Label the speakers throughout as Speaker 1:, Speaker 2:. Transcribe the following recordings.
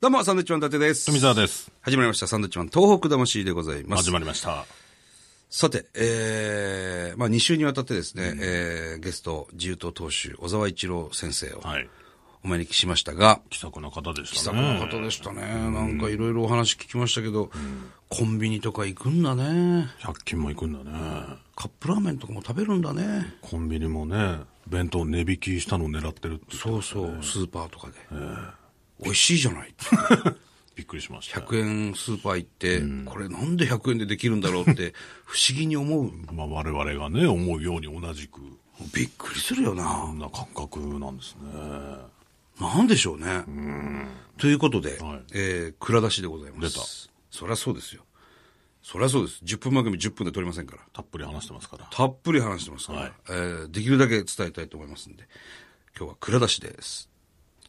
Speaker 1: どうも、サンドウィッチマン伊達です。
Speaker 2: 富澤です。
Speaker 1: 始まりました、サンドウィッチマン東北魂でございます
Speaker 2: 始。まりました。
Speaker 1: さて、えー、まあ2週にわたってですね、えー、ゲスト、自由党党首、小沢一郎先生を
Speaker 2: はい。
Speaker 1: お招きしましたが、
Speaker 2: 気さくな方で
Speaker 1: 気
Speaker 2: した
Speaker 1: さ
Speaker 2: ね。
Speaker 1: くな方でしたね。なんかいろいろお話聞きましたけど、コンビニとか行くんだね。
Speaker 2: 100均も行くんだね。
Speaker 1: カップラーメンとかも食べるんだね。
Speaker 2: コンビニもね、弁当値引きしたのを狙ってるって
Speaker 1: そうそう、スーパーとかで。美味しいじゃない。
Speaker 2: びっくりしました。
Speaker 1: 100円スーパー行って、これなんで100円でできるんだろうって、不思議に思 う。
Speaker 2: まあ我々がね、思うように同じく、
Speaker 1: びっくりするよな。
Speaker 2: こんな感覚なんですね。
Speaker 1: なんでしょうね。ということで、
Speaker 2: はい
Speaker 1: えー、蔵出しでございます。
Speaker 2: 出た
Speaker 1: そりゃそうですよ。そりゃそうです。10分番組10分で撮りませんから。
Speaker 2: たっぷり話してますから。
Speaker 1: たっぷり話してますから、
Speaker 2: はい
Speaker 1: えーできるだけ伝えたいと思いますんで。今日は蔵出しです。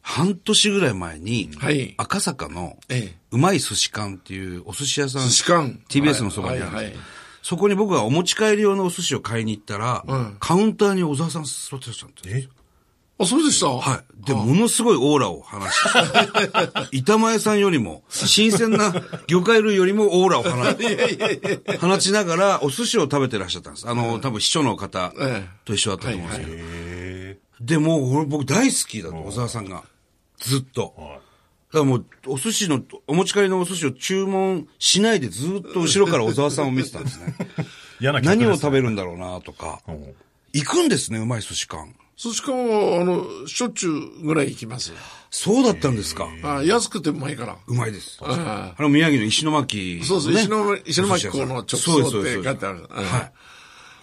Speaker 1: 半年ぐらい前に、
Speaker 3: はい
Speaker 1: 赤坂の、
Speaker 3: ええ
Speaker 1: うまい寿司館っていうお寿司屋さん。
Speaker 3: 寿司館
Speaker 1: TBS のそばにあるんですけど、
Speaker 3: はいはいはい
Speaker 1: そこに僕がお持ち帰り用のお寿司を買いに行ったら、カウンターに小沢さん座ってらっしゃるんですよ
Speaker 2: え
Speaker 3: あ、そうでしたは
Speaker 1: はい。で、ものすごいオーラを放して、板前さんよりも、新鮮な魚介類よりもオーラを放放ちながら、お寿司を食べてらっしゃったんです。あの、多分秘書の方
Speaker 3: ええ
Speaker 1: と一緒だったと思うんですけど。
Speaker 2: え
Speaker 1: で、もう俺僕大好きだと、小沢さんが。ずっと。
Speaker 2: ー、はい。
Speaker 1: だからもう、お寿司の、お持ち帰りのお寿司を注文しないでずっと後ろから小沢さんを見てたんですね。
Speaker 2: 嫌な
Speaker 1: 何を食べ
Speaker 2: る
Speaker 1: るんだろうなとか。
Speaker 2: ん
Speaker 1: 行くんですね、うまい寿司館。
Speaker 3: 寿司館は、あの、しょっちゅうぐらい行きます。
Speaker 1: そうだったんですか。
Speaker 3: あ安くてうまいから。
Speaker 1: うまいです。
Speaker 3: あ
Speaker 1: あの、宮城の石巻、ね。
Speaker 3: そうそう、石の石巻港の直
Speaker 1: そうですそ
Speaker 3: 送
Speaker 1: う
Speaker 3: っ
Speaker 1: です
Speaker 3: て書いてある。うん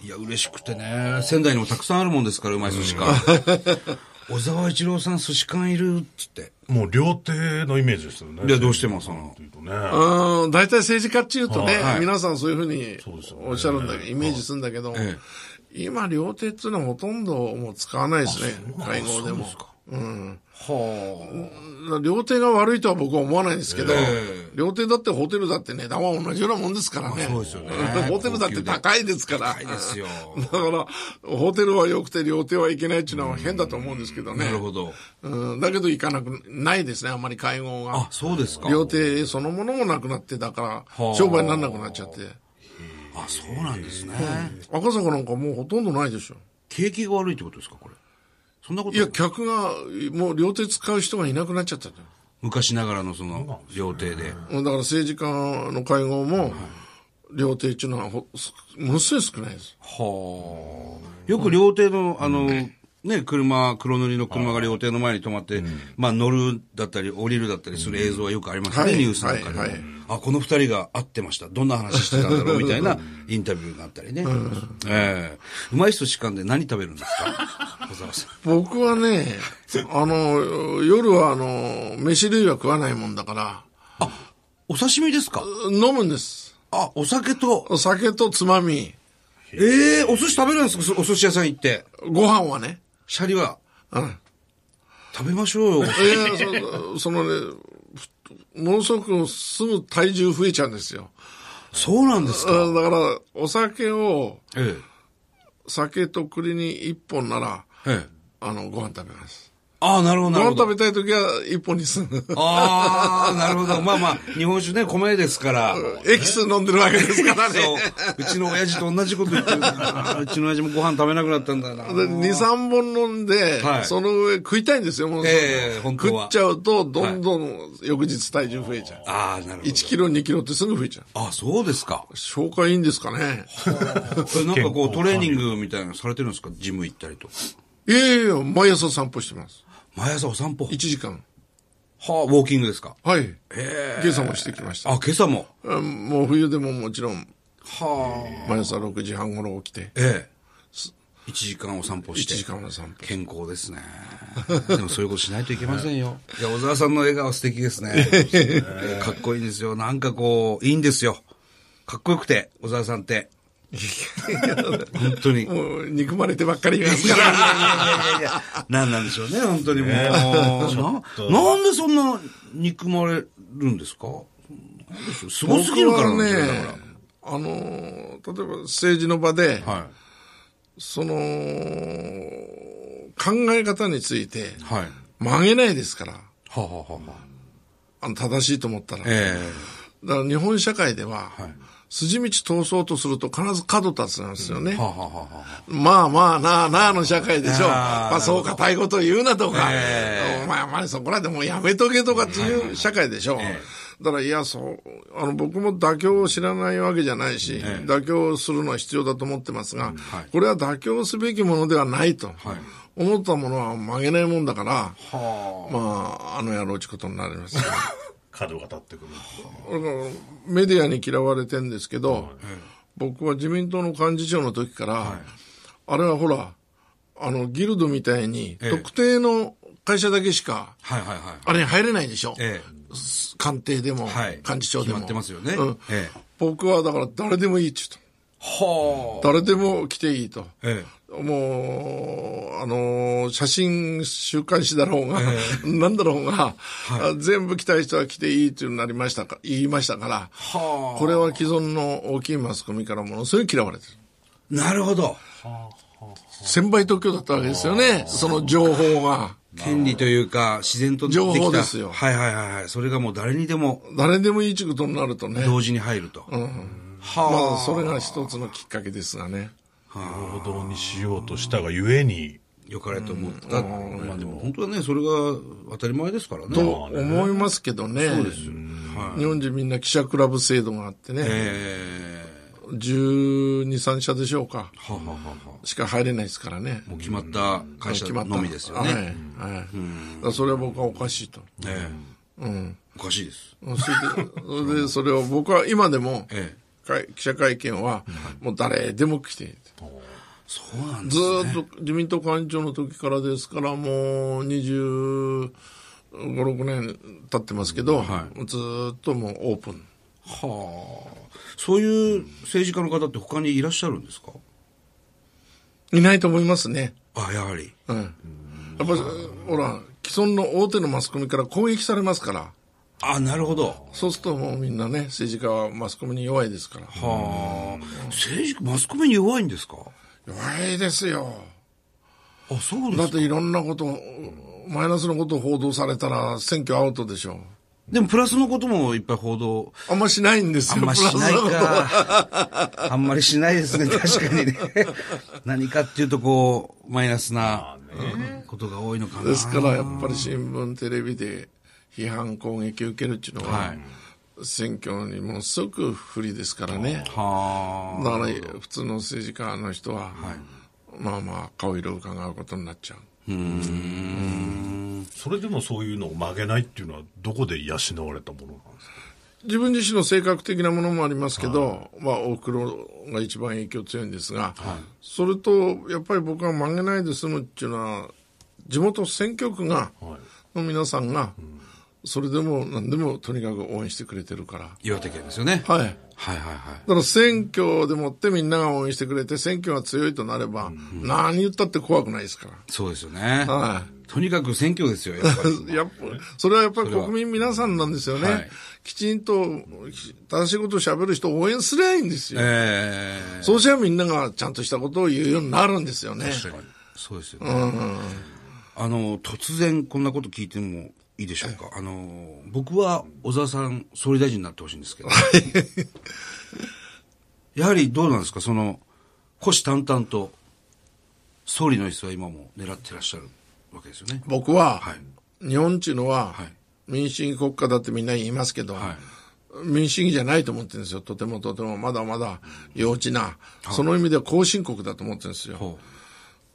Speaker 1: いや、嬉しくてね。仙台にもたくさんあるもんですから、うまい寿司館。 小沢一郎さん寿司館いるっつって。
Speaker 2: もう料亭のイメージですよね。
Speaker 1: いやどうしてもその
Speaker 2: っていうとね。
Speaker 3: うん大体政治家っていうとね、
Speaker 1: はい
Speaker 3: 皆さんそういうふうに
Speaker 2: うですよね
Speaker 3: おっしゃるんだけど、イメージするんだけど、
Speaker 1: え
Speaker 3: 今、料亭っていうのはほとんどもう使わないですね、会合でも。
Speaker 1: は
Speaker 3: 料亭が悪いとは僕は思わないんですけど、
Speaker 1: え
Speaker 3: 料亭だってホテルだって値段は同じようなもんですからね。
Speaker 1: そうですよね
Speaker 3: ホテルだって高いですから。
Speaker 1: 高いですよ
Speaker 3: だから、ホテルは良くて料亭はいけないっていうのは変だと思うんですけど
Speaker 1: あ。
Speaker 3: ね。
Speaker 1: なるほど。
Speaker 3: うん、だけど行かなく、ないですね、あんまり会合
Speaker 1: あ
Speaker 3: が、。
Speaker 1: そうですか。
Speaker 3: 料亭そのものもなくなって、だから
Speaker 1: はあ、
Speaker 3: 商売にならなくなっちゃって。
Speaker 1: あ、そうなんですね。
Speaker 3: 赤坂なんかもうほとんどないでしょ。
Speaker 1: 景気が悪いってことですか、これ。そんなこと
Speaker 3: いや、客が、もう料亭使う人がいなくなっちゃったじゃん。
Speaker 1: 昔ながらのその、料亭で。
Speaker 3: うんだから政治家の会合も、料亭っていうのはほ、すものすごい少ないです。
Speaker 1: はあ。よく料亭の、あの、ね、車、黒塗りの車が料亭の前に止まって、まあ乗るだったり降りるだったりする映像はよくありますね、
Speaker 3: はい
Speaker 1: ニュースなんかでも、
Speaker 3: はいはい
Speaker 1: あ、この二人が会ってました。どんな話してたんだろうみたいなインタビューがあったりね。ええうまい人士官で何食べるんですか小沢さん。
Speaker 3: 僕 はね、あの、夜はあの、飯類は食わないもんだから、
Speaker 1: お刺身ですか
Speaker 3: 飲むんです。
Speaker 1: あ、お酒と。
Speaker 3: お酒とつまみ、
Speaker 1: ええお寿司食べるんですかそお寿司屋さん行って。
Speaker 3: ご飯はね。
Speaker 1: シャリは。
Speaker 3: うん。
Speaker 1: 食べましょうよ。
Speaker 3: いやそそのね、ふものすごくすぐ体重増えちゃうんですよ。
Speaker 1: そうなんです
Speaker 3: あ
Speaker 1: か。
Speaker 3: だから、お酒を、
Speaker 1: え
Speaker 3: 酒と栗に一本なら、
Speaker 1: え。ええ。
Speaker 3: あの、ご飯食べます。
Speaker 1: ああ、なるほど、
Speaker 3: ご
Speaker 1: なるほ
Speaker 3: 飯
Speaker 1: ど
Speaker 3: 食。べたいときは一本にする。
Speaker 1: ああ、なるほど。まあまあ、日本酒ね、米ですから。
Speaker 3: エキス飲んでるわけですからね。
Speaker 1: そう。うちの親父と同じこと言ってる。あー うちの親父もご飯食べなくなったんだな。
Speaker 3: で二三本飲んで、
Speaker 1: はい
Speaker 3: その上食いたいんですよ、もう、
Speaker 1: ええ本当は
Speaker 3: 食っちゃうと、どんどん翌日体重増えちゃう。
Speaker 1: ああ、なるほど。
Speaker 3: 1キロ、2キロってすぐ増えちゃう。
Speaker 1: あそうですか。
Speaker 3: 消化いいんですかね。
Speaker 1: それなんかこう、トレーニングみたいなのされてるんですかジム行ったりと。
Speaker 3: いやいやいや、毎朝散歩してます。
Speaker 1: 毎朝お散歩。は
Speaker 3: 1時間。
Speaker 1: あ、ウォーキングですか。
Speaker 3: はい。今朝もしてきました。
Speaker 1: あ、今朝も。
Speaker 3: うんもう冬でももちろん、
Speaker 1: はあ。
Speaker 3: 毎朝6時半頃起きて、
Speaker 1: ええ。1時間お散歩し
Speaker 3: 1
Speaker 1: て。
Speaker 3: 時間の散歩。
Speaker 1: 健康 ですね。でもそういうことしないといけませんよ。いや、小沢さんの笑顔素敵ですね。 かっこいいですよ。なんかこう、いいんですよ。かっこよくて、小沢さんって。本当に。いやい
Speaker 3: もう、憎まれてばっかりいます か
Speaker 1: や
Speaker 3: ら。
Speaker 1: いやいや、なんなんでしょうね、本当にもう。ななんでそんな憎まれるんですかなんでしょうすごすぎるからなん
Speaker 3: 僕
Speaker 1: ですよ
Speaker 3: は
Speaker 1: だ
Speaker 3: ね
Speaker 1: か、
Speaker 3: あのー、例えば政治の場で、
Speaker 1: らは
Speaker 3: その、考え方について
Speaker 1: い。はい。
Speaker 3: 曲げないですから。
Speaker 1: はあはあはあはあ
Speaker 3: あの正しいと思ったら、
Speaker 1: え
Speaker 3: だから日本社会では、筋道通そうとすると必ず角立つなんですよね。
Speaker 1: えはあ、はあはあはあ、
Speaker 3: まあまあなあなあの社会でしょ。
Speaker 1: あー
Speaker 3: まあそうか、たいこと言うなとか、
Speaker 1: え
Speaker 3: お前お前そこらでもうやめとけとかっていう社会でしょ。だからいや、そう、あの僕も妥協を知らないわけじゃないし、妥協するのは必要だと思ってますが、これは妥協すべきものではないと。思ったものは曲げないもんだから、まあ、あの野郎ちことになりますよ。
Speaker 2: 角が立ってくる。
Speaker 3: だからメディアに嫌われてんですけど、僕は自民党の幹事長の時から、あれはほら、あの、ギルドみたいに、
Speaker 1: ええ
Speaker 3: 特定の会社だけしか、
Speaker 1: はいはいはい。
Speaker 3: あれに入れないでしょ、
Speaker 1: え
Speaker 3: 官邸でも、
Speaker 1: え、はい。
Speaker 3: 幹事長で
Speaker 1: 決
Speaker 3: も。
Speaker 1: まってますよね。
Speaker 3: うん
Speaker 1: ええ。
Speaker 3: 僕はだから誰でもいいって言う
Speaker 1: は
Speaker 3: と。誰でも来ていいと。
Speaker 1: あ。え
Speaker 3: もう、あのー写真週刊誌だろうが、なんだろうが、あ全部来たい人は来ていいっていうのになりましたか、言いましたから、
Speaker 1: は
Speaker 3: これは既存の大きいマスコミからものすごい嫌われてる。
Speaker 1: え。なるほど。
Speaker 3: 千倍特許だったわけですよね、その情報が。
Speaker 1: 権利というか、自然とできた
Speaker 3: 情報ですよ
Speaker 1: はいはいはいはい。それがもう誰にでも
Speaker 3: 誰でもいいちことになるとね。
Speaker 1: 同時に入ると。
Speaker 3: ま
Speaker 1: は
Speaker 3: あ、それが一つのきっかけですがね。
Speaker 2: 平等にしようとしたがゆえに、
Speaker 1: あ。よかれと思った。まあでも本当はね、それが当たり前ですからね。
Speaker 3: と思いますけどね。日本人みんな記者クラブ制度があってね、
Speaker 1: ええ
Speaker 3: 12、3社でしょうか。
Speaker 1: はあ、はあはあはあ、
Speaker 3: しか入れないですからね。
Speaker 1: もう決まった会社
Speaker 3: 決まった
Speaker 1: のみですよね。
Speaker 3: はい。はい。だからそれは僕はおかしいと。
Speaker 1: ええおかしいです。
Speaker 3: それで、それでそれを僕は今でも、
Speaker 1: ええ。
Speaker 3: 会記者会見は、もう誰でも来ていい。
Speaker 1: そうなんです
Speaker 3: ず。ーっと自民党幹事長の時からですから、もう25、6年経ってますけど、ずーっともうオープン。
Speaker 1: はあ。そういう政治家の方って他にいらっしゃるんですか
Speaker 3: いないと思いますね。
Speaker 1: あ、やはり。
Speaker 3: うん。やっぱり、ほら、既存の大手のマスコミから攻撃されますから、
Speaker 1: あ、なるほど。
Speaker 3: そうするともうみんなね、政治家はマスコミに弱いですから。
Speaker 1: はあ。政治、マスコミに弱いんですか
Speaker 3: 弱いですよ。
Speaker 1: あ、そうです
Speaker 3: だ
Speaker 1: か
Speaker 3: っていろんなこと、マイナスのことを報道されたら選挙アウトでしょ
Speaker 1: でもプラスのこともいっぱい報道。
Speaker 3: あんましないんですよ、
Speaker 1: あんましない
Speaker 3: プラスのことは
Speaker 1: か。あんまりしないです ね、確かにね。何かっていうとこう、マイナスなことが多いのかな。
Speaker 3: ですからやっぱり新聞、テレビで批判、攻撃を受けるっていうのは、
Speaker 1: はい
Speaker 3: 選挙にものすごく不利ですからね。だ
Speaker 1: はあ。
Speaker 3: から普通の政治家の人は、まあまあ顔色を伺うことになっちゃう。
Speaker 2: それでもそういうのを曲げないっていうのは、どこで養われたものなんですか
Speaker 3: 自分自身の性格的なものもありますけど、まあ、大黒が一番影響強いんですが、それと、やっぱり僕は曲げないで済むっていうのは、地元選挙区が、
Speaker 2: はい
Speaker 3: の皆さんが、それでも何でもとにかく応援してくれてるから。
Speaker 1: 岩手県ですよね。はい
Speaker 3: はい。
Speaker 1: はいはい。
Speaker 3: だから選挙でもってみんなが応援してくれて、選挙が強いとなれば、何言ったって怖くないですか
Speaker 1: そうですよね
Speaker 3: ら。。は
Speaker 1: とにかく選挙ですよ、 やっぱり。
Speaker 3: い。やっぱ、それはやっぱり
Speaker 1: れは
Speaker 3: 国民皆さんなんですよね。
Speaker 1: はい
Speaker 3: きちんと正しいことを喋る人を応援すりゃいいんですよ。
Speaker 1: ええ
Speaker 3: そうすればみんながちゃんとしたことを言うようになるんですよね。
Speaker 1: 確かに。そうですよね。あの、突然こんなこと聞いてもいいでしょうか。あの、僕は小沢さん、総理大臣になってほしいんですけど。 やはりどうなんですかその、虎視眈々と、総理の椅子は今も狙ってらっしゃるわけですよね。
Speaker 3: 僕は、
Speaker 1: はい
Speaker 3: 日本っていうのは、
Speaker 1: はい
Speaker 3: 民主主義国家だってみんな言いますけど、
Speaker 1: はい
Speaker 3: 民主主義じゃないと思ってるんですよ。とてもとてもまだまだ幼稚な、その意味では後進国だと思ってるんですよ。
Speaker 1: ほ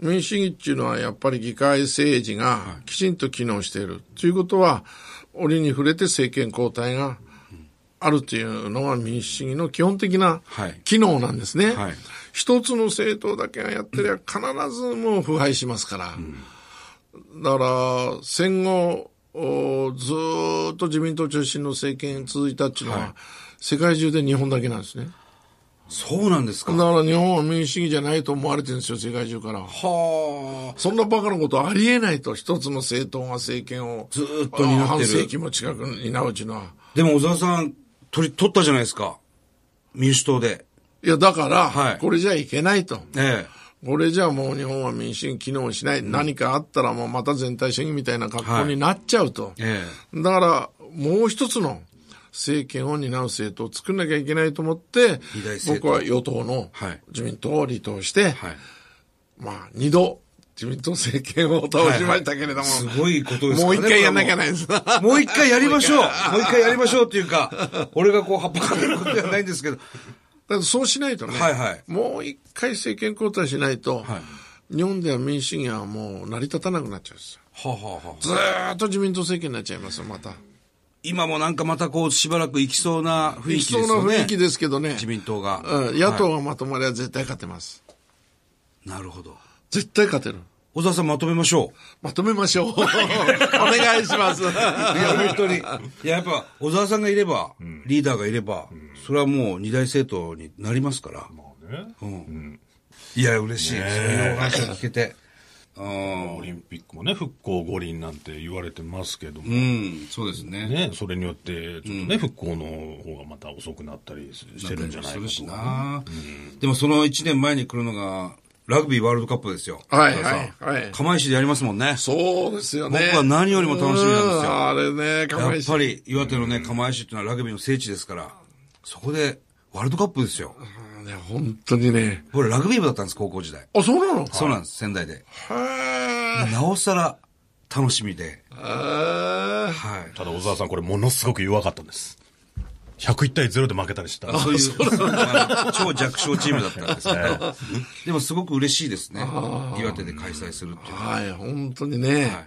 Speaker 3: 民主主義っていうのはやっぱり議会政治がきちんと機能している。ということは、折に触れて政権交代があるというのが民主主義の基本的な
Speaker 1: はい
Speaker 3: 機能なんですね。
Speaker 1: はい
Speaker 3: 一つの政党だけがやってりゃ必ずもう腐敗しますから。だから、戦後、おずーっと自民党中心の政権続いたっていうのは、世界中で日本だけなんですね。
Speaker 1: うそうなんですか
Speaker 3: だから日本は民主主義じゃないと思われてるんですよ、世界中から。
Speaker 1: はあ。
Speaker 3: そんなバカなことありえないと、一つの政党が政権を。
Speaker 1: ずーっと担ってる
Speaker 3: あ半世紀も近く担うちのは。
Speaker 1: でも小沢さん、取り、取ったじゃないですか。民主党で。
Speaker 3: いや、だから、
Speaker 1: はい
Speaker 3: これじゃいけないと。
Speaker 1: ええ
Speaker 3: これじゃあもう日本は民主主義機能しない、何かあったらもうまた全体主義みたいな格好になっちゃうと。
Speaker 1: え
Speaker 3: だから、もう一つの政権を担う政党を作んなきゃいけないと思って
Speaker 1: 二大、政党
Speaker 3: 僕は与党の
Speaker 1: はい
Speaker 3: 自民党を離党して、
Speaker 1: はい。
Speaker 3: まあ、二度、自民党政権を倒しましたけれども、
Speaker 1: すごいことです
Speaker 3: も
Speaker 1: から
Speaker 3: う
Speaker 1: ね
Speaker 3: 一回やんなきゃいけないです。
Speaker 1: もう一回やりましょうも う一回やりましょうっていうか、俺がこう、葉っぱかけることではないんですけど、
Speaker 3: だからそうしないとね、
Speaker 1: はいはい
Speaker 3: もう一回政権交代しないと、
Speaker 1: は
Speaker 3: 日本では民主主義はもう成り立たなくなっちゃうんですよ。
Speaker 1: はあはあはあ
Speaker 3: ずーっと自民党政権になっちゃいますよ、また。
Speaker 1: 今もなんかまたこう、しばらく行きそうな雰囲
Speaker 3: 理
Speaker 1: 気で
Speaker 3: 想
Speaker 1: すよ
Speaker 3: な
Speaker 1: ね。
Speaker 3: 雰囲気ですけどね、
Speaker 1: 自民党が。
Speaker 3: うん、野党
Speaker 1: は
Speaker 3: がまとまりは絶対勝てます。
Speaker 1: いなるほど。
Speaker 3: 絶対勝てる。
Speaker 1: 小沢さんまとめましょ
Speaker 3: まとめましょう。お 願いします。
Speaker 1: う。いや、本当に。いや、やっぱ、小沢さんがいれば、リーダーがいれば、それはもう二大政党になりますから。うんいや、嬉しい。そういうお話を聞けて。うん
Speaker 2: オリンピックもね、復興五輪なんて言われてますけども、
Speaker 1: うん、そうですね。
Speaker 2: ね、それによって、ちょっとね、復興の方がまた遅くなったりしてるんじゃないか
Speaker 1: す
Speaker 2: と
Speaker 1: るしな、でもその1年前に来るのが、ラグビーワールドカップですよ。
Speaker 3: はい
Speaker 1: さ
Speaker 3: はいはい。
Speaker 1: 釜石でやりますもんね。
Speaker 3: そうですよね。
Speaker 1: 僕は何よりも楽しみなんですよ
Speaker 3: うあれね、
Speaker 1: や
Speaker 3: 釜
Speaker 1: っ
Speaker 3: 石。
Speaker 1: ぱり岩手のね、釜石っていうのはラグビーの聖地ですから、そこでワールドカップですよ。
Speaker 3: うんね本当にね。
Speaker 1: これラグビー部だったんです、高校時代。
Speaker 3: あ、そうなの
Speaker 1: そうなんです、仙台で。
Speaker 3: へ
Speaker 1: なおさら楽しみで。
Speaker 3: ー
Speaker 1: はい。
Speaker 2: ただ小沢さん、これものすごく弱かったんです。101対0で負けたりした。
Speaker 1: そういう、あの超弱小チームだったんですけど、でもすごく嬉しいですね。岩手で開催するっていうのは。
Speaker 3: はい、本当にね、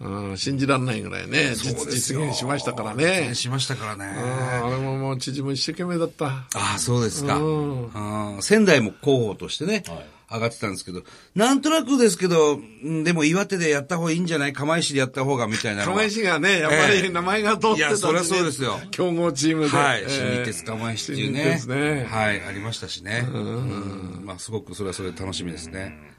Speaker 3: うん。信じられないぐらいね、実
Speaker 1: そうです
Speaker 3: 実
Speaker 1: よ
Speaker 3: 現しましたから
Speaker 1: 実
Speaker 3: ね
Speaker 1: 現。しましたからね。
Speaker 3: あれももう縮む一生懸命だった。
Speaker 1: ああ、そうですか。ああ仙台も候補としてね、上がってたんですけど、なんとなくですけど、うんでも岩手でやった方がいいんじゃない釜石でやった方がみたいなのは。
Speaker 3: 釜石がね、やっぱ
Speaker 1: ええ
Speaker 3: り名前が通ってたん
Speaker 1: いやそりゃそうですよ
Speaker 3: 強豪チームで。
Speaker 1: はい
Speaker 3: え。え
Speaker 1: 新日鉄釜石っていう
Speaker 3: 新日
Speaker 1: ね
Speaker 3: 鉄ね。
Speaker 1: はい、ありましたしね。うん。まあ、すごくそれはそれで楽しみですね。